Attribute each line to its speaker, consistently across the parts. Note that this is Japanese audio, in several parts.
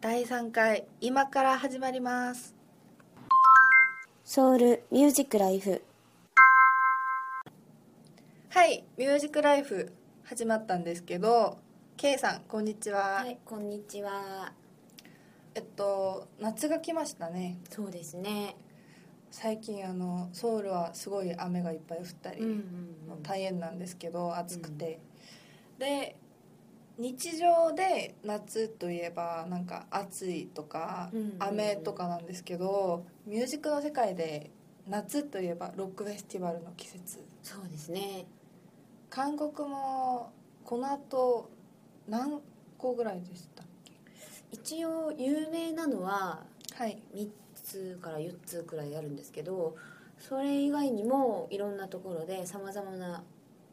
Speaker 1: 第3回今から始まります
Speaker 2: ソウルミュージックライフ
Speaker 1: はいミュージックライフ始まったんですけど K さんこんにちは、
Speaker 2: はいこんにちは
Speaker 1: えっと夏が来ましたね
Speaker 2: そうですね
Speaker 1: 最近あのソウルはすごい雨がいっぱい降ったり、
Speaker 2: うん
Speaker 1: もう大変なんですけど暑くて、で日常で夏といえばなんか暑いとか
Speaker 2: うんうんうん
Speaker 1: 雨とかなんですけど、ミュージックの世界で夏といえばロックフェスティバルの季節
Speaker 2: そうですね
Speaker 1: 韓国もこの後何個ぐらいでしたっ
Speaker 2: 一応有名なのは
Speaker 1: けはい
Speaker 2: 3つから4つくらいあるんですけどそれ以外にもいろんなところでさまざまな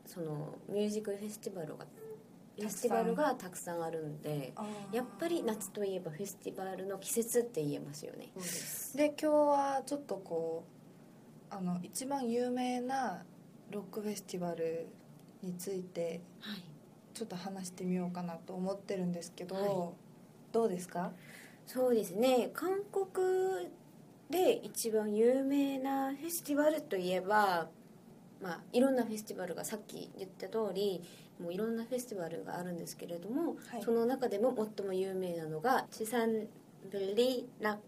Speaker 2: そのミュージックフェスティバルがフェスティバルがたくさんあるんでやっぱり夏といえばフェスティバルの季節って言えますよね
Speaker 1: で今日はちょっとこうあの一番有名なロックフェスティバルについて
Speaker 2: はい
Speaker 1: ちょっと話してみようかなと思ってるんですけど、
Speaker 2: は
Speaker 1: どうですか
Speaker 2: そうですね韓国で一番有名なフェスティバルといえば、まあ、いろんなフェスティバルがさっき言った通りもういろんなフェスティバルがあるんですけれども、
Speaker 1: はい
Speaker 2: その中でも最も有名なのがチサンブリラフ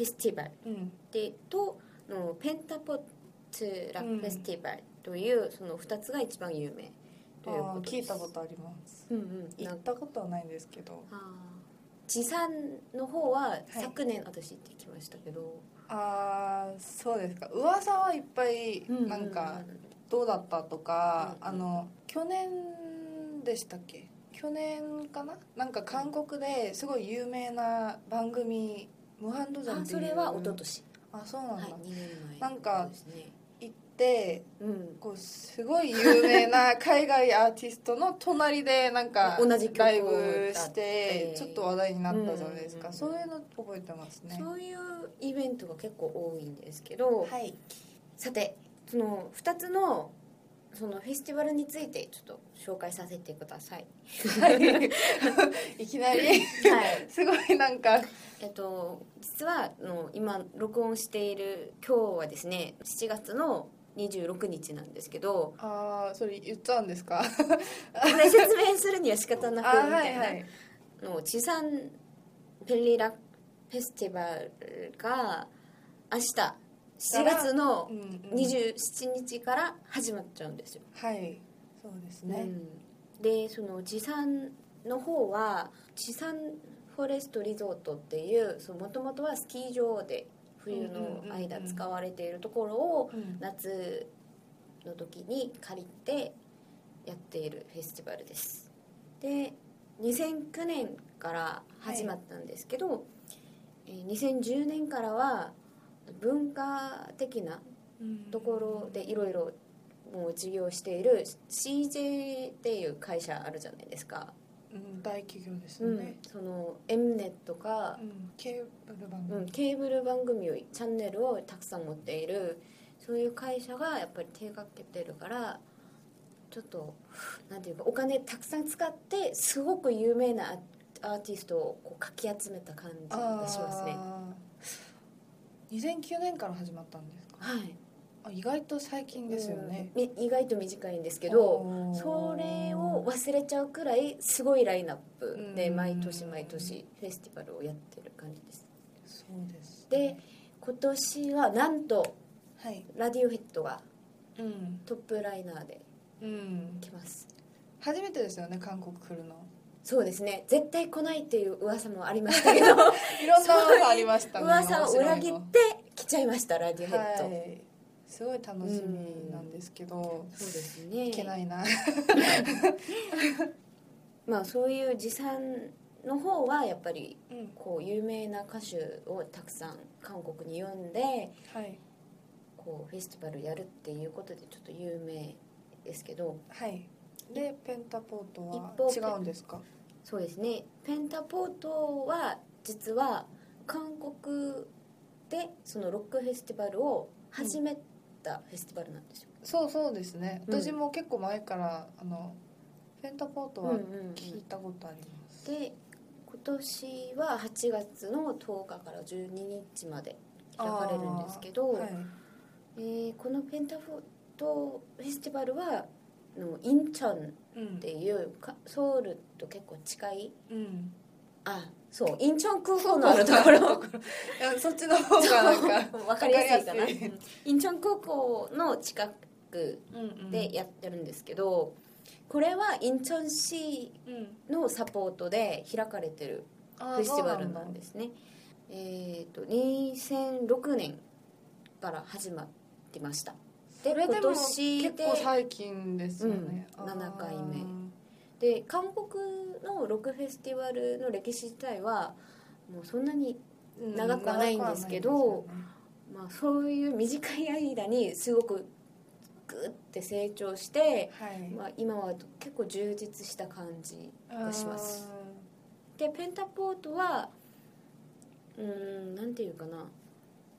Speaker 2: ェスティバル
Speaker 1: うん
Speaker 2: でとのペンタポッツラフェスティバルという、その2つが一番有名という
Speaker 1: あ
Speaker 2: こ
Speaker 1: ー聞
Speaker 2: とで
Speaker 1: い
Speaker 2: す
Speaker 1: たことあります
Speaker 2: うんうん、
Speaker 1: 行
Speaker 2: な
Speaker 1: っ
Speaker 2: ん
Speaker 1: た
Speaker 2: か
Speaker 1: ことはないんですけど
Speaker 2: 地産の方は昨年私行ってきましたけど、
Speaker 1: ああそうですか噂はいっぱいなんかどうだったとか、
Speaker 2: うんうん
Speaker 1: あの去年でしたっけ去年かななんか韓国ですごい有名な番組「ムハンドジャン」
Speaker 2: あ
Speaker 1: ってい
Speaker 2: そうれは一昨年
Speaker 1: あそうなん
Speaker 2: は
Speaker 1: だ、
Speaker 2: い2年前
Speaker 1: なんか
Speaker 2: ですね
Speaker 1: 行って
Speaker 2: うん
Speaker 1: こうすごい有名な海外アーティストの隣でなんか
Speaker 2: 同じ曲を
Speaker 1: ライブして
Speaker 2: 歌って
Speaker 1: ちょっと話題になったじゃないですか、
Speaker 2: うん
Speaker 1: そういうの覚えてますね
Speaker 2: そういうイベントが結構多いんですけど、
Speaker 1: はい
Speaker 2: さてその2つのそのフェスティバルについてちょっと紹介させてください
Speaker 1: いきなり
Speaker 2: はい
Speaker 1: すごいなんか
Speaker 2: えっと実はあの今録音している今日はですね7月の26日なんですけど
Speaker 1: ああそれ言っちゃうんです か
Speaker 2: これ説明するには仕方な
Speaker 1: あ
Speaker 2: くみたい
Speaker 1: ー
Speaker 2: な、
Speaker 1: はいはい
Speaker 2: の地産ペリラフェスティバルが明日4月の
Speaker 1: うんうん
Speaker 2: 27日から始まっちゃうんですよ、
Speaker 1: はいそうですね、
Speaker 2: うんでその地産の方は地産フォレストリゾートっていうもともとはスキー場で冬の間
Speaker 1: うんうんうんうん
Speaker 2: 使われているところを
Speaker 1: うん
Speaker 2: 夏の時に借りてやっているフェスティバルですで2009年から始まったんですけど、えー2010年からは文化的なところでいろいろもう事業している CJ っていう会社あるじゃないですか、
Speaker 1: うん、大企業ですね、
Speaker 2: その Mnet とか
Speaker 1: う、んケーブル番組、
Speaker 2: うん、ケーブル番組をチャンネルをたくさん持っているそういう会社がやっぱり手がけてるからちょっとなんていうかお金たくさん使ってすごく有名なアアーティストをこうかき集めた感じがしますね。
Speaker 1: あー2009年から始まったんですか
Speaker 2: はい、
Speaker 1: あ意外と最近ですよね、
Speaker 2: うんみ意外と短いんですけど
Speaker 1: おー
Speaker 2: それを忘れちゃうくらいすごいラインナップで
Speaker 1: うん
Speaker 2: 毎年毎年フェスティバルをやってる感じです
Speaker 1: そうです
Speaker 2: で今年はなんと
Speaker 1: はい
Speaker 2: ラディオヘッドが
Speaker 1: うん
Speaker 2: トップライナーで
Speaker 1: うん
Speaker 2: 来ます
Speaker 1: 初めてですよね韓国来るの
Speaker 2: そうですね絶対来ないっていう噂もありましたけ ど
Speaker 1: いろんな噂ありましたね
Speaker 2: 噂を裏切っ
Speaker 1: 面
Speaker 2: て来ちゃいましたラディオヘ
Speaker 1: 白
Speaker 2: ッド、
Speaker 1: いのはいすごい楽しみなんですけど
Speaker 2: そうですね
Speaker 1: いけないな
Speaker 2: まあそういう持参の方はやっぱり
Speaker 1: うん
Speaker 2: こう有名な歌手をたくさん韓国に呼んで
Speaker 1: はい
Speaker 2: こうフェスティバルやるっていうことでちょっと有名ですけど
Speaker 1: はいでペンタポートは
Speaker 2: 一方ペ
Speaker 1: 違うんですか
Speaker 2: そうですねペンタポートは実は韓国でそのロックフェスティバルを始めたフェスティバルなんですよ。
Speaker 1: そうそうですね
Speaker 2: うん
Speaker 1: 私も結構前からあのペンタポート
Speaker 2: うん
Speaker 1: は
Speaker 2: うんうん
Speaker 1: 聞いたことあります、
Speaker 2: で今年は8月の10日から12日まで開かれるんですけど、
Speaker 1: はい
Speaker 2: えーこのペンタポートフェスティバルはあのインチョン
Speaker 1: うん
Speaker 2: っていうかソウルと結構近い
Speaker 1: うん
Speaker 2: あそうインチョン空港のあるとこ ろ
Speaker 1: いやそっちの方がなんか
Speaker 2: わかりやすいかな
Speaker 1: わかりやすい
Speaker 2: うんインチョン空港の近く
Speaker 1: うんうん
Speaker 2: でやってるんですけど、これはインチョン市
Speaker 1: うん
Speaker 2: のサポートで開かれてる
Speaker 1: あー
Speaker 2: フェスティバル
Speaker 1: そう
Speaker 2: なん
Speaker 1: だ
Speaker 2: ですねえっ、と2006年から始まってましたで
Speaker 1: それで
Speaker 2: 今
Speaker 1: も
Speaker 2: 年で
Speaker 1: 結構最近ですよね、
Speaker 2: うん
Speaker 1: あー
Speaker 2: 7回目で韓国のロックフェスティバルの歴史自体はもうそんなに、
Speaker 1: うん
Speaker 2: 長くはないんですけど
Speaker 1: 長くはない
Speaker 2: まあ、そういう短い間にすごくグッて成長して、
Speaker 1: ですよね
Speaker 2: まあ、今は結構充実した感じ
Speaker 1: はい
Speaker 2: がしますでペンタポートはうーんなんていうかな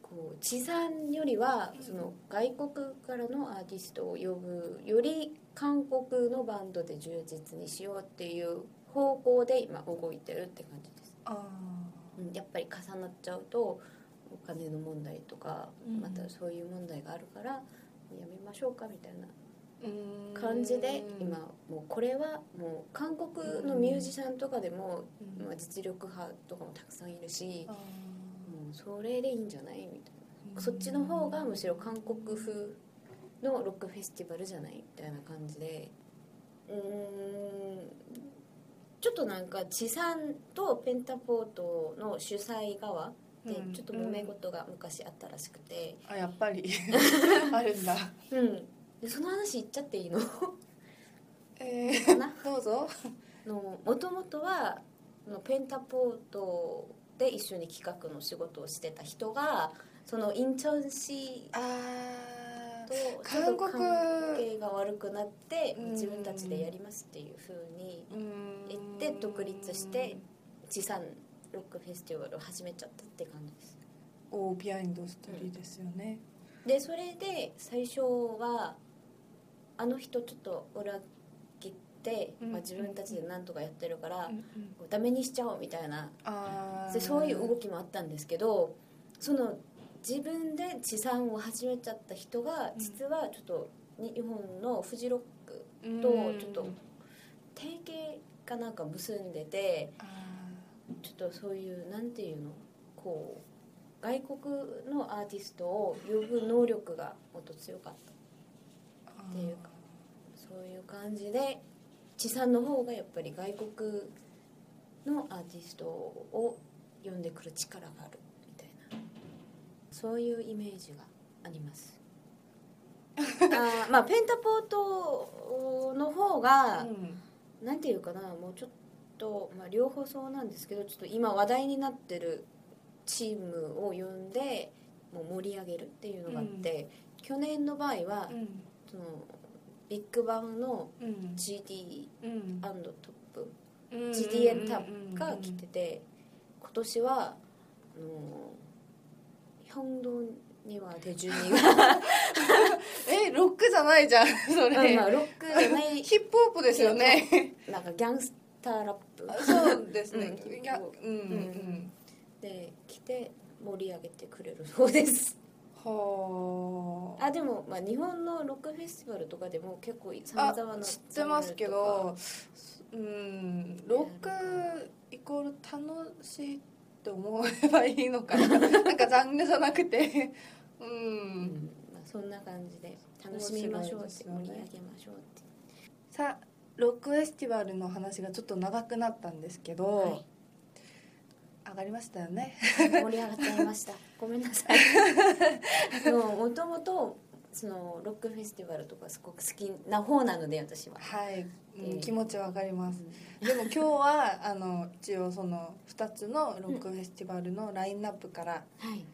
Speaker 2: こう地産よりはその外国からのアーティストを呼ぶより韓国のバンドで充実にしようっていう方向で今動いてるって感じです、
Speaker 1: あーあ
Speaker 2: うん、やっぱり重なっちゃうとお金の問題とか
Speaker 1: うん
Speaker 2: またそういう問題があるからやめましょうかみたいな
Speaker 1: ーうーん
Speaker 2: 感じで今もうこれはもう韓国のミュージシャンとかでも
Speaker 1: うん
Speaker 2: まあ、実力派とかもたくさんいるし、
Speaker 1: あ
Speaker 2: もうそれでいいんじゃないみたい
Speaker 1: ー
Speaker 2: なそっちの方がむしろ韓国風のロックフェスティバルじゃないみたいな感じでうーんちょっとなんか地産とペンタポートの主催側で
Speaker 1: うん
Speaker 2: ちょっと揉め事が昔あったらしくて、
Speaker 1: あやっぱ りあるんだ
Speaker 2: うん、でその話言っちゃっていいのか
Speaker 1: えー
Speaker 2: な
Speaker 1: どうぞ
Speaker 2: の元々はあのペンタポートで一緒に企画の仕事をしてた人がそのインチョン市
Speaker 1: あ
Speaker 2: と
Speaker 1: ー
Speaker 2: ちょ
Speaker 1: 韓
Speaker 2: っと
Speaker 1: 国
Speaker 2: 関係が悪くなって
Speaker 1: うん
Speaker 2: 自分たちでやりますっていう風に
Speaker 1: うーん
Speaker 2: 行って独立して地産ロックフェスティバルを始めちゃったって感じです
Speaker 1: オービハインドストーリーですよね、
Speaker 2: でそれで最初はあの人ちょっと裏切って、
Speaker 1: うん
Speaker 2: まあ、自分たちで何とかやってるから、
Speaker 1: うんうん
Speaker 2: ダメにしちゃおうみたいな
Speaker 1: あー
Speaker 2: でそういう動きもあったんですけどその自分で地産を始めちゃった人が
Speaker 1: うん
Speaker 2: 実はちょっと日本のフジロック
Speaker 1: うん
Speaker 2: とちょっと提携かなんか結んでて
Speaker 1: あ
Speaker 2: ちょっとそういうなんていうのこう外国のアーティストを呼ぶ能力がもっと強かった
Speaker 1: ー
Speaker 2: っていうかそういう感じで地産の方がやっぱり外国のアーティストを呼んでくる力があるみたいなそういうイメージがあります あーまあペンタポートの方が
Speaker 1: うん
Speaker 2: なんていうかなもうちょっと、まあ、両方そうなんですけどちょっと今話題になってるチームを呼んでもう盛り上げるっていうのがあって、去年の場合は、
Speaker 1: うん
Speaker 2: そのビッグバンの
Speaker 1: うん
Speaker 2: GD&
Speaker 1: うん
Speaker 2: トップ
Speaker 1: うん
Speaker 2: GDN タップが来てて今年はあのー本堂には手順にが
Speaker 1: えロックじゃないじゃんそ
Speaker 2: ま
Speaker 1: れ
Speaker 2: あロックじゃない
Speaker 1: ヒップホップですよね
Speaker 2: なんかギャンスターラップ
Speaker 1: そうですね
Speaker 2: うん
Speaker 1: いやうんうんう
Speaker 2: うん
Speaker 1: ん
Speaker 2: で来て盛り上げてくれるそうです
Speaker 1: はー
Speaker 2: あでも、まあ、日本のロックフェスティバルとかでも結構様
Speaker 1: あ
Speaker 2: 々な
Speaker 1: 知ってますけどうんロックイコール楽しいって思えばいいのかななんか残念じゃなくてう
Speaker 2: ジャンルとか、うんんまあ、そんな感じで楽しみましょうって盛り上げましょうって
Speaker 1: さあロックフェスティバルの話がちょっと長くなったんですけど、
Speaker 2: はい
Speaker 1: 上がりましたよ ね。
Speaker 2: 盛り上がっちゃいま したごめんなさいもともとそのロックフェスティバルとかすごく好きな方なので私は
Speaker 1: はい、うん
Speaker 2: うん
Speaker 1: 気持ちわかります。でも今日はあの一応その2つのロックフェスティバルのラインナップから、
Speaker 2: はい、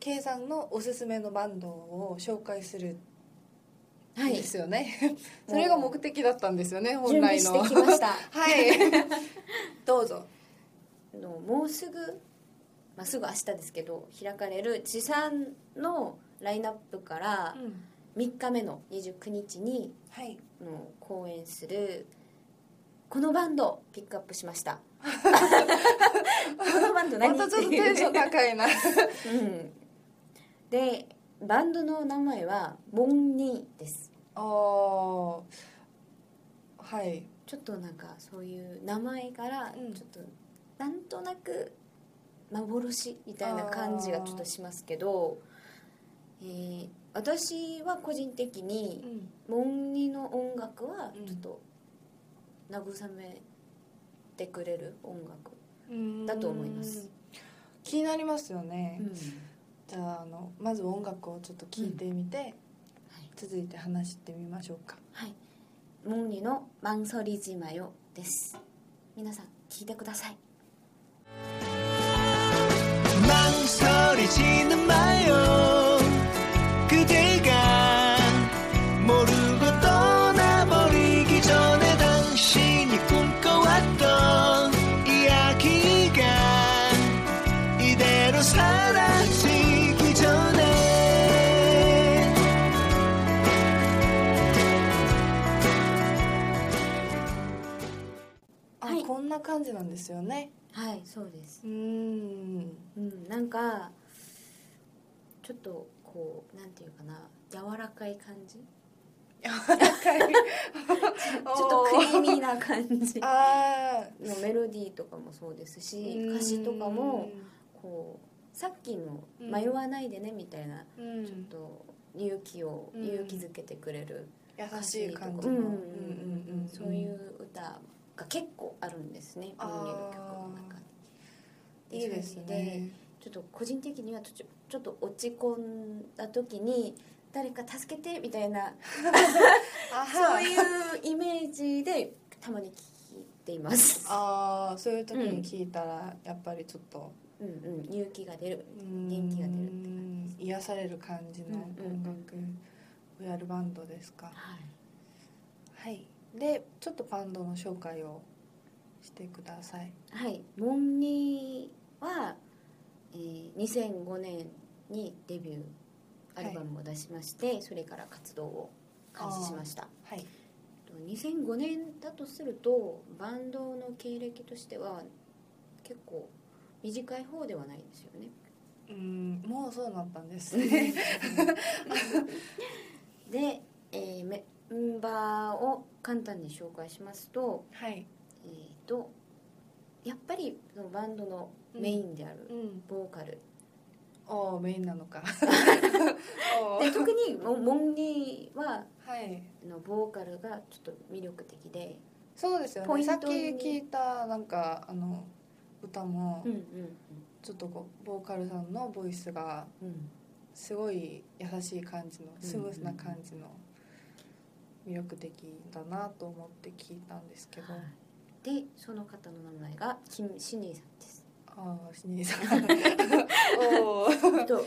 Speaker 1: K さんのおすすめのバンドを紹介するん
Speaker 2: はい、
Speaker 1: で
Speaker 2: 準
Speaker 1: すよね。 それが目的だったんですよね、本
Speaker 2: 備
Speaker 1: 来
Speaker 2: し
Speaker 1: の。
Speaker 2: てきました
Speaker 1: はい。どうぞ。
Speaker 2: あのもうすぐ、まあ、すぐ明日ですけど開かれる地産のラインナップから3日目の29日に
Speaker 1: はい。
Speaker 2: あの公演するこのバンドをピックアップしました このバンド
Speaker 1: ま
Speaker 2: 何
Speaker 1: たちょっとテンション高いな。
Speaker 2: うん、でバンドの名前はモンニーです
Speaker 1: あーはい。
Speaker 2: ちょっとなんかそういう名前から
Speaker 1: うん
Speaker 2: ちょっとなんとなく幻みたいな感じがちょっとしますけど、えー私は個人的にモンニーの音楽はちょっと慰めてくれる音楽、
Speaker 1: うん
Speaker 2: だと思います。
Speaker 1: 気になりますよね。じゃああのまず音楽をちょっと聞いてみて、
Speaker 2: い
Speaker 1: 続いて話してみましょうか。
Speaker 2: はいモンニーの「マンソリジマヨ」です皆さん聞いてください
Speaker 3: 망설이지는 마요 그대가 모르고 떠나버리기 전에 당신이 꿈꿔왔던 이야기가 이대로 사라지기 전에
Speaker 1: あ、
Speaker 2: はい
Speaker 1: こんな感じなんですよね。
Speaker 2: はいそうです
Speaker 1: うーん。
Speaker 2: うん、なんかちょっとこうなんていうかな柔らかい感じち
Speaker 1: ちょっ
Speaker 2: ょっとクリーミーな感じの
Speaker 1: ああ。
Speaker 2: メロディーとかもそうですし歌詞とかもこうさっきの「
Speaker 1: うん
Speaker 2: 迷わないでね」みたいな、
Speaker 1: うん、
Speaker 2: ちょっと勇気を、
Speaker 1: うん
Speaker 2: 勇気づけてくれる
Speaker 1: 優しい
Speaker 2: とか
Speaker 1: 感じ
Speaker 2: う
Speaker 1: の。
Speaker 2: ん
Speaker 1: うんうんうん
Speaker 2: そういう歌が結構あるんですね
Speaker 1: あー
Speaker 2: モンニーの曲の中に。
Speaker 1: いいですね。
Speaker 2: ちょっと個人的にはちょちょっと落ち込んだ時に誰か助けてみたいな
Speaker 1: あは
Speaker 2: そういうイメージでたまに聞いています。
Speaker 1: ああそういう時に聞いたらやっぱりちょっと、
Speaker 2: うんうん、勇気が出る。
Speaker 1: うーん
Speaker 2: 元気が出るって感じです
Speaker 1: 癒される感じの
Speaker 2: うんうん
Speaker 1: 音楽をやるバンドですか、
Speaker 2: はい。
Speaker 1: はいでちょっとバンドの紹介をしてください
Speaker 2: はい、モンニーは、えー2005年にデビューアルバムを出しまして、それから活動を開始しました。
Speaker 1: はい
Speaker 2: と2005年だとするとバンドの経歴としては結構短い方ではないですよね。
Speaker 1: うーんもうそうなったんです ね
Speaker 2: で、えーメンバーを簡単に紹介しますと,、
Speaker 1: はい
Speaker 2: えー、とやっぱりそのバンドのメインである
Speaker 1: うん
Speaker 2: ボーカル、
Speaker 1: おーメインなのか お
Speaker 2: で
Speaker 1: ー
Speaker 2: 特にモモンニーは
Speaker 1: はい
Speaker 2: あのボーカルがちょっと魅力的で、
Speaker 1: そうですよ
Speaker 2: ポイ
Speaker 1: ね
Speaker 2: ン
Speaker 1: さ
Speaker 2: ト
Speaker 1: っき
Speaker 2: に
Speaker 1: 聞いたなんかあの歌も
Speaker 2: うんうん
Speaker 1: ちょっとこうボーカルさんのボイスが
Speaker 2: うんうん、
Speaker 1: すごい優しい感じのスムースな感じの魅力的だなと思って聞いたんですけど、
Speaker 2: でその方の名前がキム・シニーさん です。
Speaker 1: ああしにさん おー
Speaker 2: あと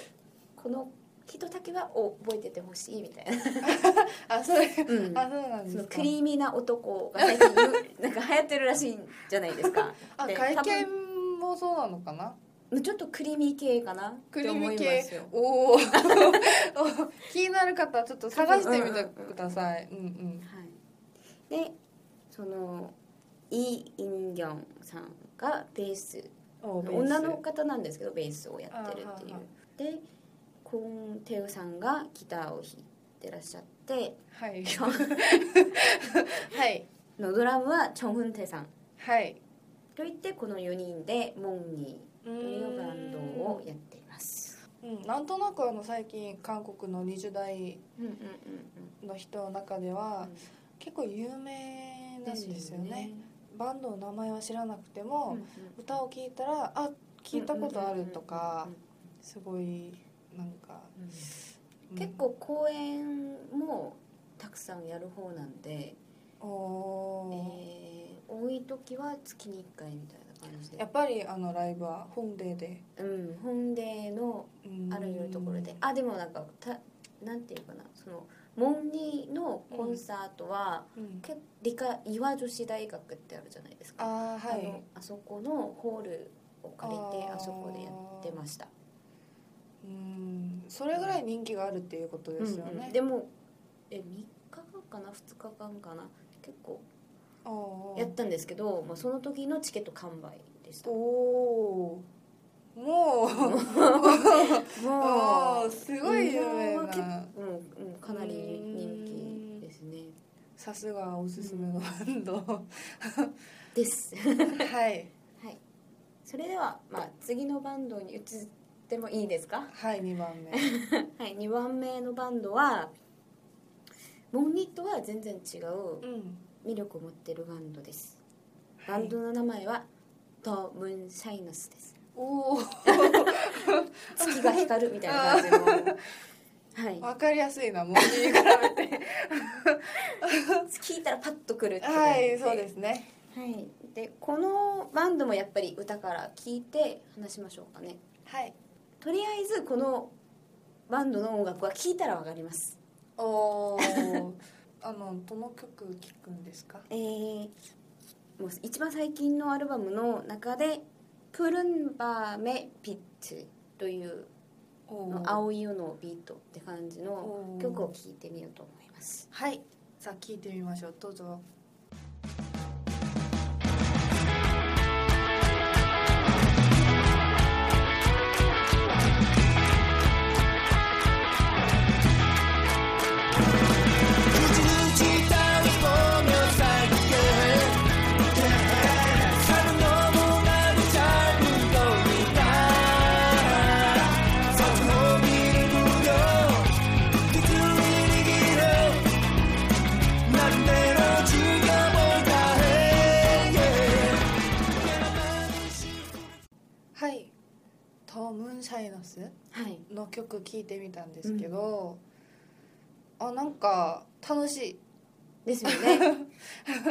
Speaker 2: この人だけはお覚えててほしいみたいな、
Speaker 1: あそれ
Speaker 2: うん
Speaker 1: あそうなんで
Speaker 2: その
Speaker 1: すか
Speaker 2: クリーミーな男が最近ゆなんか流行ってるらしいんじゃないですか
Speaker 1: あ
Speaker 2: で
Speaker 1: 外
Speaker 2: 多分
Speaker 1: 見もそうなのかな
Speaker 2: ちょっとクリーミー系かな
Speaker 1: クリーミー
Speaker 2: って思います
Speaker 1: 系
Speaker 2: よ
Speaker 1: おー気になる方はちょっと探してみてくださいうんうん
Speaker 2: はい、でそのイ・インギョンさんがベース
Speaker 1: おーベース
Speaker 2: 女の方なんですけどベースをやってるっていう
Speaker 1: あは
Speaker 2: でコン・テウさんがギターを弾いてらっしゃって
Speaker 1: はい
Speaker 2: ちょん
Speaker 1: はい
Speaker 2: のドラムはチョン・フンテさん
Speaker 1: はい
Speaker 2: といってこの4人でモンニ
Speaker 1: うー
Speaker 2: ーとい
Speaker 1: ん
Speaker 2: うバンドをやっています
Speaker 1: うんなんとなくあの最近韓国の20代
Speaker 2: うんうんうん
Speaker 1: の人の中では、
Speaker 2: うん
Speaker 1: 結構有名ならしいですよねバンドの名前は知らなくても、
Speaker 2: うんうん
Speaker 1: 歌を聴いたらあ聞いたことあるとか
Speaker 2: うんうん
Speaker 1: すごいなんか、
Speaker 2: うんうん
Speaker 1: うん
Speaker 2: 結構公演もたくさんやる方なんで、え
Speaker 1: おー
Speaker 2: ー多い時は月に1回みたいな感じ
Speaker 1: や
Speaker 2: で
Speaker 1: っ、ぱりあのライブは本デーで、
Speaker 2: うん、本での
Speaker 1: うん
Speaker 2: あらゆるところで、あでもなんかたなんていうかなそのモンニーのコンサートは、
Speaker 1: うん
Speaker 2: け理科岩女子大学ってあるじゃないですか
Speaker 1: あーは
Speaker 2: あ
Speaker 1: い
Speaker 2: のあそこのホールを借りて
Speaker 1: あー
Speaker 2: あそこでやってました
Speaker 1: うんそれぐらい人気があるっていうことですよね、
Speaker 2: うんうんでもえ3日間かな2日間かな結構
Speaker 1: おー
Speaker 2: やったんですけど、まあ、その時のチケット完売でした
Speaker 1: おーもう
Speaker 2: も
Speaker 1: もうすごい有名
Speaker 2: もう結
Speaker 1: な
Speaker 2: うんうんかなり人気ですね
Speaker 1: さすがおすすめのバンド
Speaker 2: です
Speaker 1: はい
Speaker 2: はいそれでは、まあ、次のバンドに移ってもいいですか
Speaker 1: はい2番目
Speaker 2: はい2番目のバンドはモンニットは全然違う
Speaker 1: うん
Speaker 2: 魅力を持ってるバンドですバ
Speaker 1: はい
Speaker 2: ンドの名前はトムーンシャイナス です
Speaker 1: おお
Speaker 2: 月が光るみたいな 感じのはい
Speaker 1: わかりやすいなもういいから
Speaker 2: 聞いたらパッとくるって感 じ
Speaker 1: はいそうですね
Speaker 2: はい、でこのバンドもやっぱり歌から聞いて話しましょうかね
Speaker 1: はい
Speaker 2: とりあえずこのバンドの音楽は聞いたらわかります
Speaker 1: おおー あのどの曲聴くんですか
Speaker 2: えー、もう一番最近のアルバムの中で「プルンバーメピッツ」という
Speaker 1: おー
Speaker 2: 青い色のビートって感じ
Speaker 1: お
Speaker 2: の
Speaker 1: ー
Speaker 2: 曲を聴いてみようと思います
Speaker 1: はいさあ聴いてみましょうどうぞはいトムーンシャイナス
Speaker 2: はい
Speaker 1: の曲聴いてみたんですけど、あなんか楽しい
Speaker 2: ですよね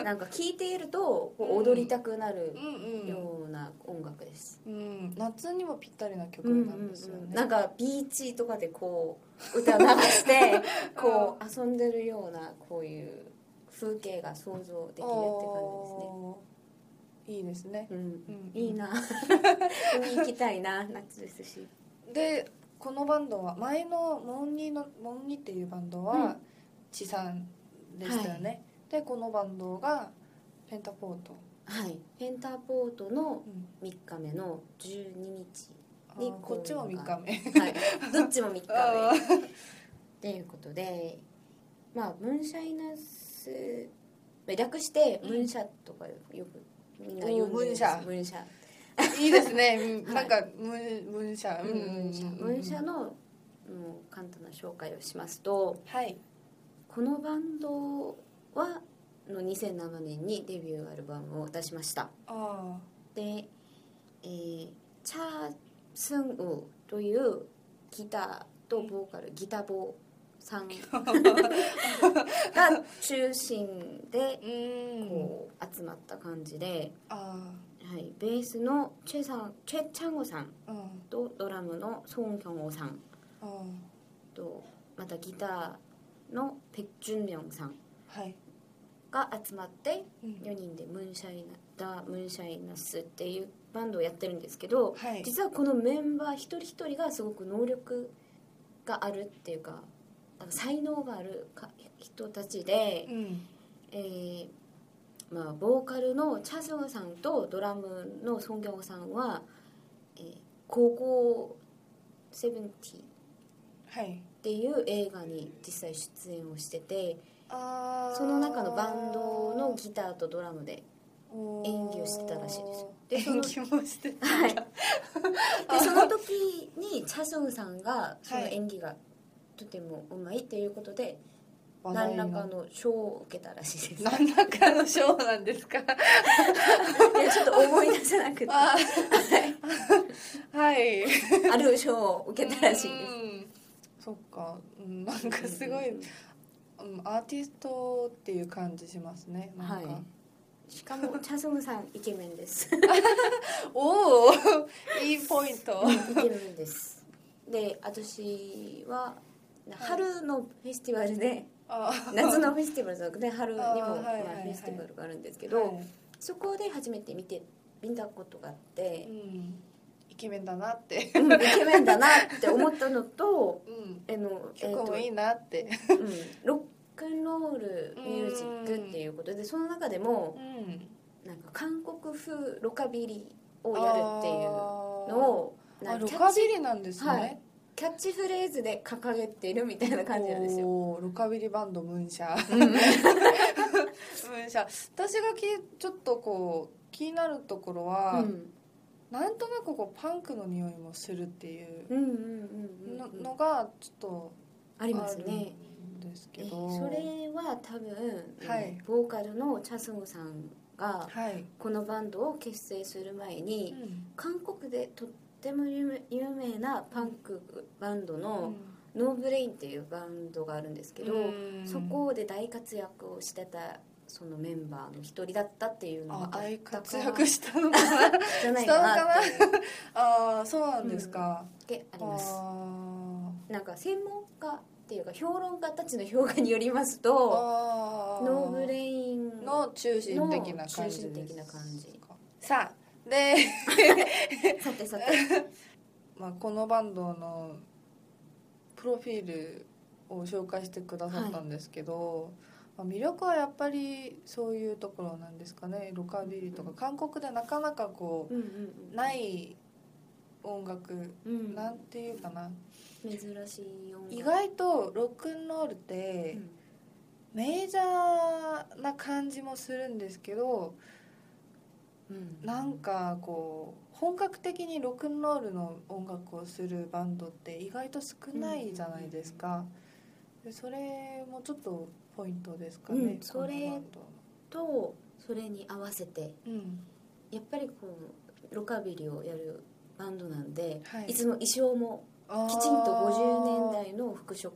Speaker 2: なんか聴いているとこう
Speaker 1: うん
Speaker 2: 踊りたくなる
Speaker 1: ん
Speaker 2: ような音楽です
Speaker 1: うん、うん、夏にもぴったりな曲
Speaker 2: うんうん
Speaker 1: なんですよね、
Speaker 2: うん、なんかビーチとかでこう歌流して こう遊んでるようなこういう風景が想像できるっ
Speaker 1: おーいいですね
Speaker 2: て感じですね、うん
Speaker 1: うん
Speaker 2: いいな海行きたいな夏ですし
Speaker 1: でこのバンドは前のモンニのモンニっていうバンド
Speaker 2: う
Speaker 1: は
Speaker 2: ん
Speaker 1: 地産でしたよね、でこのバンドがペンタポート、
Speaker 2: はいペンターポートの
Speaker 1: うん
Speaker 2: 3日目の12日
Speaker 1: あ
Speaker 2: に
Speaker 1: ーこっちも3日目
Speaker 2: はい、どっちも3日
Speaker 1: あ
Speaker 2: 目っていうことでまあムーンシャイナスまあ略してムーンシャとかよくみんな呼んでるんです
Speaker 1: おーム
Speaker 2: ムーンシャ
Speaker 1: ー いいですね、 うん
Speaker 2: はい
Speaker 1: なんか文文社
Speaker 2: うん文社文社のもう簡単な紹介をしますと
Speaker 1: はい
Speaker 2: このバンドはの2007年にデビューアルバムを出しました
Speaker 1: あ
Speaker 2: で、えーチャー・スンウというギターとボーカルギタボーさんが中心で
Speaker 1: ーうん
Speaker 2: こう集まった感じで、
Speaker 1: あ
Speaker 2: はい、ベースのチェさんチェ・チャンゴさん
Speaker 1: ーうん
Speaker 2: とドラムのソン・ヒョンオさん
Speaker 1: あー
Speaker 2: とまたギターのペク・ジュンミョンさん
Speaker 1: はい、
Speaker 2: が集まって
Speaker 1: うん
Speaker 2: 4人でムーンシャイナダ・ムーンシャイナスっていうバンドをやってるんですけど、
Speaker 1: はい
Speaker 2: 実はこのメンバー一人一人がすごく能力があるっていうかなんか才能があるか人たちで、
Speaker 1: うん
Speaker 2: えーまあ、ボーカルのチャスンさんとドラムのソン・ギョンさんは、えー高校セブンティー
Speaker 1: はい
Speaker 2: っていう映画に実際出演をしてて
Speaker 1: あー
Speaker 2: その中のバンドのギターとドラムで演技をしてたらしいですよでその
Speaker 1: 演技もしてた
Speaker 2: はい、でその時にチャソンさんがその演技がとてもうまいっていうことで、
Speaker 1: 話題
Speaker 2: 何
Speaker 1: の
Speaker 2: らかの賞を受けたらしいですいや
Speaker 1: 何らかの賞なんですか
Speaker 2: ちょっと思い出せなくて
Speaker 1: あはい
Speaker 2: ある賞を受けたらしいです
Speaker 1: うんそっか、うん、なんかすごい、うん、アーティストっていう感じしますねなんか、
Speaker 2: はいしか もチャソンさんイケメンです
Speaker 1: おおいいポイント
Speaker 2: イケメンですで私は春のフェスティバルで
Speaker 1: あ
Speaker 2: 夏のフェスティバルじゃなくて春にも
Speaker 1: あー
Speaker 2: まあ
Speaker 1: はいはいはい
Speaker 2: フェスティバルがあるんですけ
Speaker 1: け
Speaker 2: ど、そこで初めて見て見たことがあって
Speaker 1: う、ん、イケメンだなって
Speaker 2: うん、イケメンだなって思ったのと
Speaker 1: うん
Speaker 2: あの、え
Speaker 1: 曲もいい
Speaker 2: ー
Speaker 1: なって
Speaker 2: とうん、ロックンロールミュージックっていうことでその中でも
Speaker 1: ん
Speaker 2: なんか韓国風ロカビリをやるっていうのを
Speaker 1: あー
Speaker 2: な
Speaker 1: あ
Speaker 2: んか
Speaker 1: ロ
Speaker 2: キャ
Speaker 1: カ
Speaker 2: ッ
Speaker 1: ビ
Speaker 2: チ
Speaker 1: リなんですね、
Speaker 2: はいキャッチフレーズで掲げているみたいな感じなんですよ。
Speaker 1: おーロカビリバンドムーンシャー
Speaker 2: うん
Speaker 1: ムーンシャー私がきちょっとこう気になるところは、
Speaker 2: うん
Speaker 1: なんとなくこうパンクの匂いもするっていう
Speaker 2: うんうんうんう
Speaker 1: の,、
Speaker 2: ん
Speaker 1: のがちょっと
Speaker 2: ありますね。
Speaker 1: あるんですけ
Speaker 2: えー
Speaker 1: ど、
Speaker 2: それは多分、
Speaker 1: はい
Speaker 2: ボーカルのチャスムさんが
Speaker 1: はい、
Speaker 2: このバンドを結成する前に、韓国でとっても有名有名なパンクバンドの、ノーブレインっていうバンドがあるんですけど、
Speaker 1: うん
Speaker 2: そこで大活躍をしてたそのメンバーの一人だったっていうの
Speaker 1: あ
Speaker 2: があっ
Speaker 1: 大
Speaker 2: た
Speaker 1: 活
Speaker 2: か
Speaker 1: 躍したのかな
Speaker 2: じゃないかなっていう
Speaker 1: ああそうなんですか、
Speaker 2: であり
Speaker 1: あ
Speaker 2: ます。
Speaker 1: ー
Speaker 2: なんか専門家っていうか評論家たちの評価によりますと
Speaker 1: あー
Speaker 2: ノーブレイン
Speaker 1: の中心的な
Speaker 2: の
Speaker 1: 感
Speaker 2: 中
Speaker 1: じ
Speaker 2: 心
Speaker 1: で
Speaker 2: 的な
Speaker 1: す
Speaker 2: 感じ
Speaker 1: かさあで、
Speaker 2: さてさて
Speaker 1: まあ、このバンドのプロフィールを紹介してくださったんですけど、まあ、魅力はやっぱりそういうところなんですかねロカビリーとか韓国でなかなかこ
Speaker 2: うん
Speaker 1: うない音楽
Speaker 2: うんうん
Speaker 1: なんていうかな
Speaker 2: 珍しい音楽
Speaker 1: 意外とロックンロールっ
Speaker 2: う
Speaker 1: て
Speaker 2: ん
Speaker 1: メジャーな感じもするんですけど
Speaker 2: うん
Speaker 1: なんかこう本格的にロックンロールの音楽をするバンドって意外と少ないじゃないですか、でそれもちょっとポイントですかね、
Speaker 2: うんそれ
Speaker 1: このバンドの
Speaker 2: とそれに合わせて
Speaker 1: うん
Speaker 2: やっぱりこうロカビリをやるバンドなんで、
Speaker 1: はい
Speaker 2: いつも衣装も
Speaker 1: あー
Speaker 2: きちんと50年代の服飾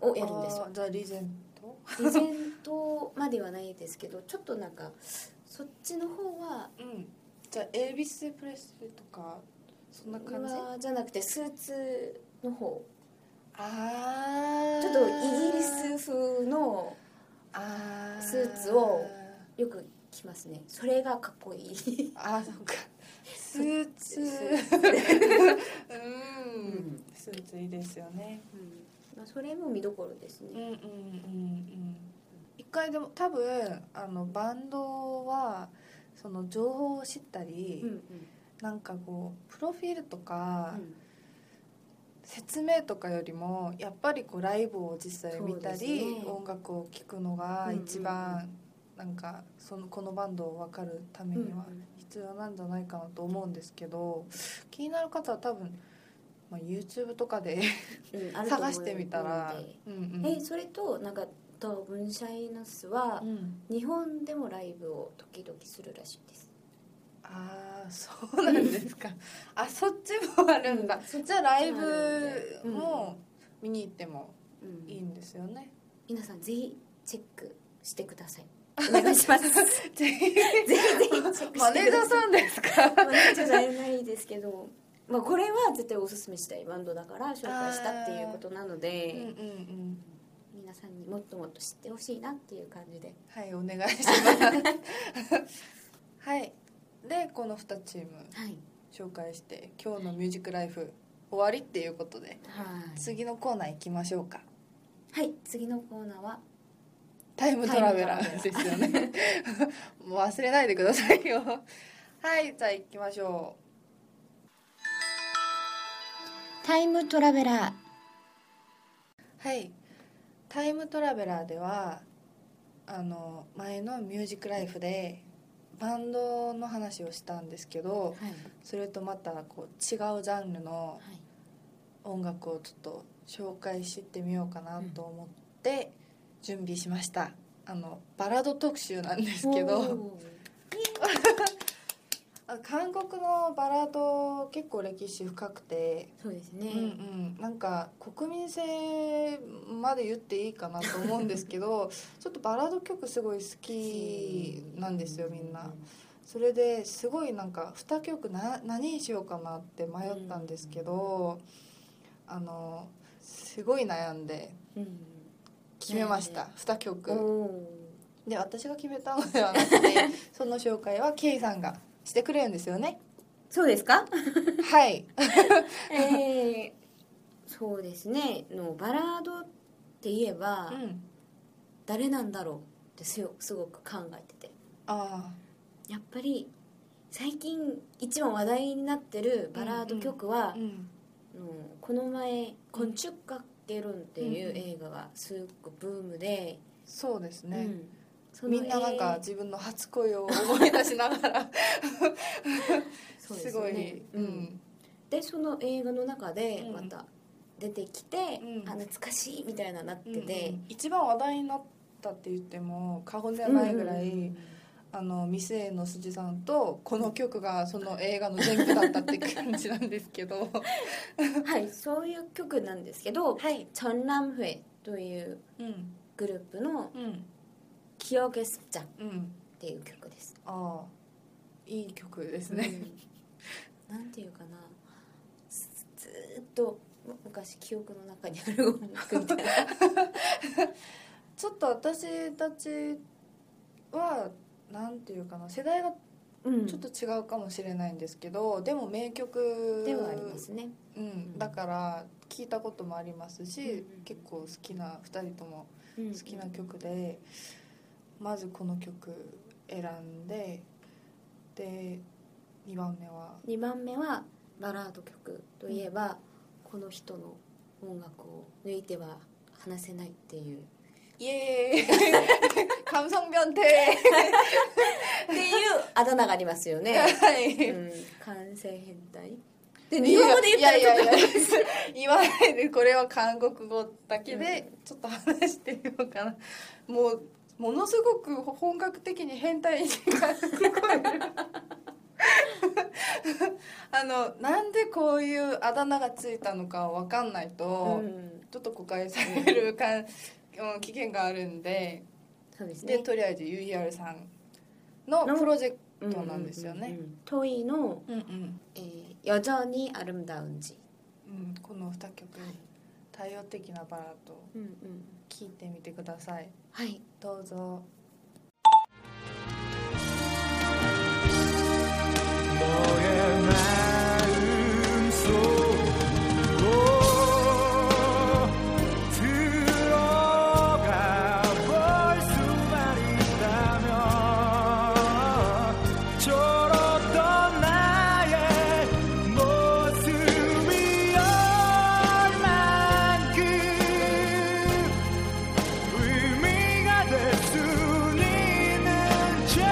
Speaker 2: をやるんですよ
Speaker 1: あーじゃあリゼント
Speaker 2: リゼントまではないですけどちょっとなんかそっちの方は
Speaker 1: うんじゃあエルビス・プレスリーとかそんな感じ
Speaker 2: はじゃなくてスーツの方
Speaker 1: あー
Speaker 2: ちょっとイギリス風の
Speaker 1: あー
Speaker 2: スーツをよく着ますねそれがかっこいい、
Speaker 1: あーそっかスーツう
Speaker 2: うん
Speaker 1: スーツいいですよね
Speaker 2: うんまあ、それも見どころです
Speaker 1: うん
Speaker 2: ね、
Speaker 1: うんうんうん一回でも多分あのバンドはその情報を知ったり、
Speaker 2: うんうん
Speaker 1: なんかこうプロフィールとか、
Speaker 2: うん
Speaker 1: 説明とかよりもやっぱりこうライブを実際見た
Speaker 2: そうで
Speaker 1: り、
Speaker 2: すね
Speaker 1: 音楽を聴くのが一
Speaker 2: うんうん
Speaker 1: 番なんかそのこのバンドを分かるためには
Speaker 2: うんうん
Speaker 1: 必要なんじゃないかなと思うんですけど気になる方は多分、まあ、YouTube とかで
Speaker 2: うんあると思う
Speaker 1: 探してみたら
Speaker 2: ので。
Speaker 1: うんうん
Speaker 2: えそれとなんかとブンシャイナスは
Speaker 1: うん
Speaker 2: 日本でもライブを時々するらしいです
Speaker 1: ああそうなんです かあそっちもあるんだじゃあライブも見に行っても
Speaker 2: うん
Speaker 1: いいんですよね、
Speaker 2: 皆さんぜひチェックしてください お願いします ぜ
Speaker 1: ぜひ
Speaker 2: ひぜひチェックしてく
Speaker 1: マ
Speaker 2: ださい
Speaker 1: ネージャーさんですか
Speaker 2: マネージャーじゃないですけどまあこれは絶対おすすめしたいバンドだから紹介したっていうことなの
Speaker 1: うんうんう
Speaker 2: で
Speaker 1: ん
Speaker 2: 皆さんにもっともっと知ってほしいなっていう感じで
Speaker 1: はいお願いしますはいでこの2チーム
Speaker 2: はい
Speaker 1: 紹介して今日の「ミュージックライフ終わりっていうことで
Speaker 2: はい
Speaker 1: 次のコーナー行きましょうか
Speaker 2: はい次のコーナーは
Speaker 1: タイムトラベラーですよねもう忘れないでくださいよはいじゃあ行きましょう
Speaker 2: タイムトラベラ
Speaker 1: はい「タイムトラベラー」ではあの前の「ミュージックライフ」でバンドの話をしたんですけ
Speaker 2: ー
Speaker 1: ど
Speaker 2: はい
Speaker 1: それとまたこう違うジャンルの
Speaker 2: はい
Speaker 1: 音楽をちょっと紹介してみようかなと思って、準備しましたあのバラード特集なんですけど
Speaker 2: おー
Speaker 1: あ韓国のバラード結構歴史深くて
Speaker 2: そうですね、
Speaker 1: うんうん、なんか国民性まで言っていいかなと思うんですけ どちょっとバラード曲すごい好きなんですよみんなそれですごいなんか2曲な何にしようかなって迷ったんですけど、あのすごい悩んで
Speaker 2: うん、
Speaker 1: 決めました、
Speaker 2: ね
Speaker 1: 2曲
Speaker 2: お
Speaker 1: で私が決めたのではな くてその紹介はケイさんがしてくれるんですよ ね
Speaker 2: そうですか
Speaker 1: はい
Speaker 2: えー、 そうですねのバラードって言えば、
Speaker 1: うん
Speaker 2: 誰なんだろうってすよすごく考えてて
Speaker 1: あ
Speaker 2: やっぱり最近一番話題になってるバラード曲は
Speaker 1: あ、うん
Speaker 2: うんこの前「昆虫かけるん」っていう映画がすごくブームで、
Speaker 1: そうです
Speaker 2: うん
Speaker 1: ね、
Speaker 2: その
Speaker 1: みんななんか
Speaker 2: 映
Speaker 1: 自分の初恋を思い出しながら
Speaker 2: そうですす
Speaker 1: ご
Speaker 2: よ
Speaker 1: い、
Speaker 2: ね
Speaker 1: う
Speaker 2: うん、
Speaker 1: ん、
Speaker 2: でその映画の中で
Speaker 1: うん
Speaker 2: また出てきて、
Speaker 1: うん
Speaker 2: あ懐かしいみたいななってて、
Speaker 1: うん一番話題になったって言っても過言ではないぐらい、
Speaker 2: うん
Speaker 1: あのミスエのすじさんとこの曲がその映画の全部だったって感じなんですけど
Speaker 2: はいそういう曲なんですけど
Speaker 1: はい
Speaker 2: チョンランフェと いう
Speaker 1: うん
Speaker 2: グループの
Speaker 1: うん
Speaker 2: 「キヨゲスジャ」っ
Speaker 1: うん
Speaker 2: ていう曲です。
Speaker 1: ああいい曲ですね、
Speaker 2: うんなんていうかなずずーっと昔記憶の中にある音楽みたいな
Speaker 1: ちょっと私たちはなんていうかな世代が
Speaker 2: うん
Speaker 1: ちょっと 違うかもしれないんですけど、でも名曲
Speaker 2: ではありますね
Speaker 1: うん、だから聞いたこともありますし、
Speaker 2: うんうん
Speaker 1: 結構好きな2人とも
Speaker 2: 好
Speaker 1: 好きな曲で、まずこの曲選んでで2番目は
Speaker 2: 2番目はバラード曲といえば、この人の音楽を抜いては話せないっていう
Speaker 1: 「イ エーイ 감성변태
Speaker 2: っていう あだ名がありますよ」 ね、
Speaker 1: はい、
Speaker 2: うん、完成変態で
Speaker 1: い
Speaker 2: 日
Speaker 1: や
Speaker 2: 本語で言ったら
Speaker 1: い
Speaker 2: ちょっ
Speaker 1: や
Speaker 2: と
Speaker 1: いやいや言わないでこれは韓国語だけでちょっと話してみようかなもうものすごく本格的に変態にが聞こえる あのなんでこういうあだ名がついたのかわかんないと、
Speaker 2: うん
Speaker 1: ちょっと誤解されるか、うん、危険があるんで
Speaker 2: そうです
Speaker 1: で
Speaker 2: ね
Speaker 1: とりあえず UER さんのプロジェク
Speaker 2: うん
Speaker 1: トなんですよね
Speaker 2: うんうんうんトイの
Speaker 1: ト、うんうん
Speaker 2: えー「여전히아름다운지
Speaker 1: うん、この2曲対応的なバラード」
Speaker 2: うんうん、
Speaker 1: 聞いてみてください
Speaker 2: はい
Speaker 1: どうぞ
Speaker 3: 그 의미가 될 수 있는지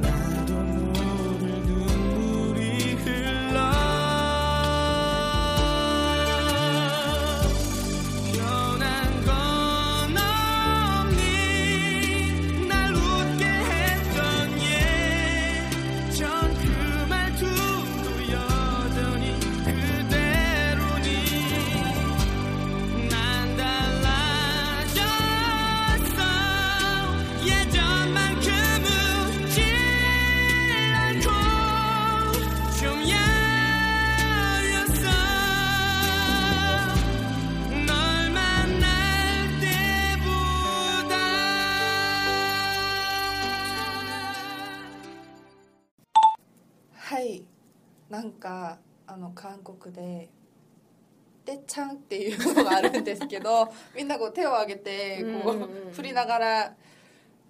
Speaker 3: 나도 모를 눈물이 흘러 변한 건 없니 날 웃게 했던 예전 그 말 두고 여전히 그대로니 난 달라졌어 예전만큼은 웃지 않고 좀 야였어 널 만날 때보다
Speaker 1: はいなんかあの韓国で「てっちゃん」っていうのがあるんですけ どみんなこう手を挙げてこ
Speaker 2: うんうんうん
Speaker 1: う振りながら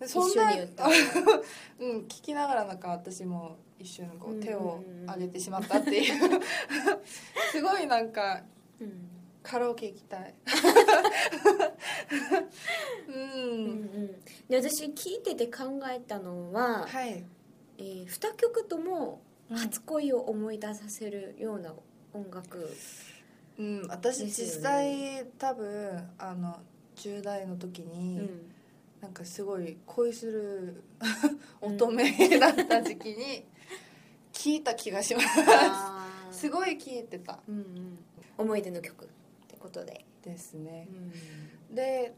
Speaker 1: そん
Speaker 2: 一緒
Speaker 1: な
Speaker 2: に歌
Speaker 1: うん、聞きながらなんか私も一瞬こう
Speaker 2: うんうん
Speaker 1: 手を挙げてしまったっていう すごいなんか
Speaker 2: うん
Speaker 1: カラオケ行きた いうん、
Speaker 2: うんうんで私聞いてて考えたのは、
Speaker 1: はい
Speaker 2: えー、2曲とも
Speaker 1: うん
Speaker 2: 初恋を思い出させるような音楽
Speaker 1: うん、私
Speaker 2: です
Speaker 1: 実
Speaker 2: よ
Speaker 1: 際、
Speaker 2: ね
Speaker 1: 多分あの10代の時
Speaker 2: う
Speaker 1: に、
Speaker 2: ん
Speaker 1: なんかすごい恋する乙女だった時期 に聞いた気がします、
Speaker 2: あー
Speaker 1: すごい聞いてた
Speaker 2: うんうん思い出の曲ってことで、
Speaker 1: ですね
Speaker 2: う、ん
Speaker 1: で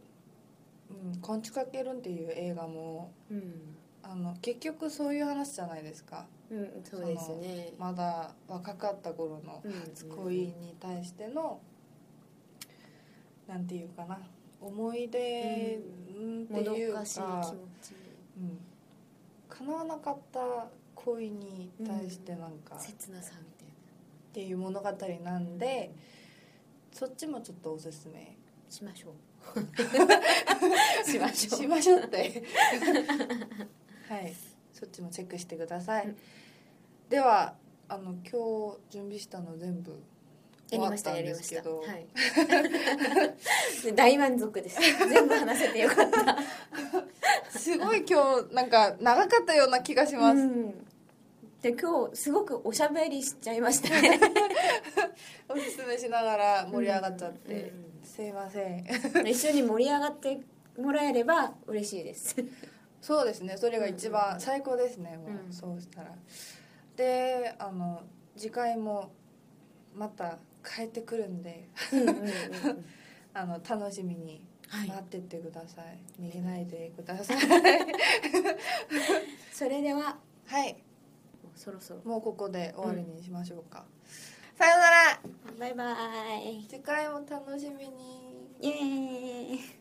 Speaker 1: 「うん、こんちかけるん」っていう映画も
Speaker 2: うん
Speaker 1: あの結局そういう話じゃないですか
Speaker 2: うん、そうですね、
Speaker 1: まだ若かった頃の
Speaker 2: うん
Speaker 1: 初恋に対しての、なんていうかな思い出うんって
Speaker 2: もど
Speaker 1: いうか
Speaker 2: かしい気持ち
Speaker 1: うん、叶わなかった恋に対してなんか、っ
Speaker 2: 切なさみたい
Speaker 1: ていう物語なん
Speaker 2: な
Speaker 1: で、そっちもちょっとおすすめ
Speaker 2: しましょうしまし ょう
Speaker 1: しましょうってはいそっちもチェックしてください、
Speaker 2: うん
Speaker 1: ではあの今日準備したの全部終
Speaker 2: や
Speaker 1: わ
Speaker 2: り
Speaker 1: っ
Speaker 2: ました
Speaker 1: た
Speaker 2: や
Speaker 1: ん
Speaker 2: り
Speaker 1: で
Speaker 2: ますし
Speaker 1: け
Speaker 2: た、
Speaker 1: ど、
Speaker 2: はい、 大満足です全部話せてよか った
Speaker 1: すごい今日なんか長かったような気がします、
Speaker 2: うんで今日すごくおしゃべりしちゃいましたね
Speaker 1: おすすめしながら 盛り上がっちゃって、
Speaker 2: うん
Speaker 1: すいません
Speaker 2: 一緒に盛り上がってもらえれば嬉しいです
Speaker 1: そうですねそれが一
Speaker 2: うんう
Speaker 1: 番
Speaker 2: ん
Speaker 1: 最高ですねもう、
Speaker 2: うん
Speaker 1: そうしたらであの次回もまた変えてくるんで
Speaker 2: うんうんうん
Speaker 1: あの楽しみに
Speaker 2: はい
Speaker 1: 待っててください、逃げないでください
Speaker 2: それではも
Speaker 1: はい、
Speaker 2: うそろそろ
Speaker 1: もうここで終わりにしましょうか、さようなら
Speaker 2: バイバイ
Speaker 1: 次回も楽しみに
Speaker 2: イエーイ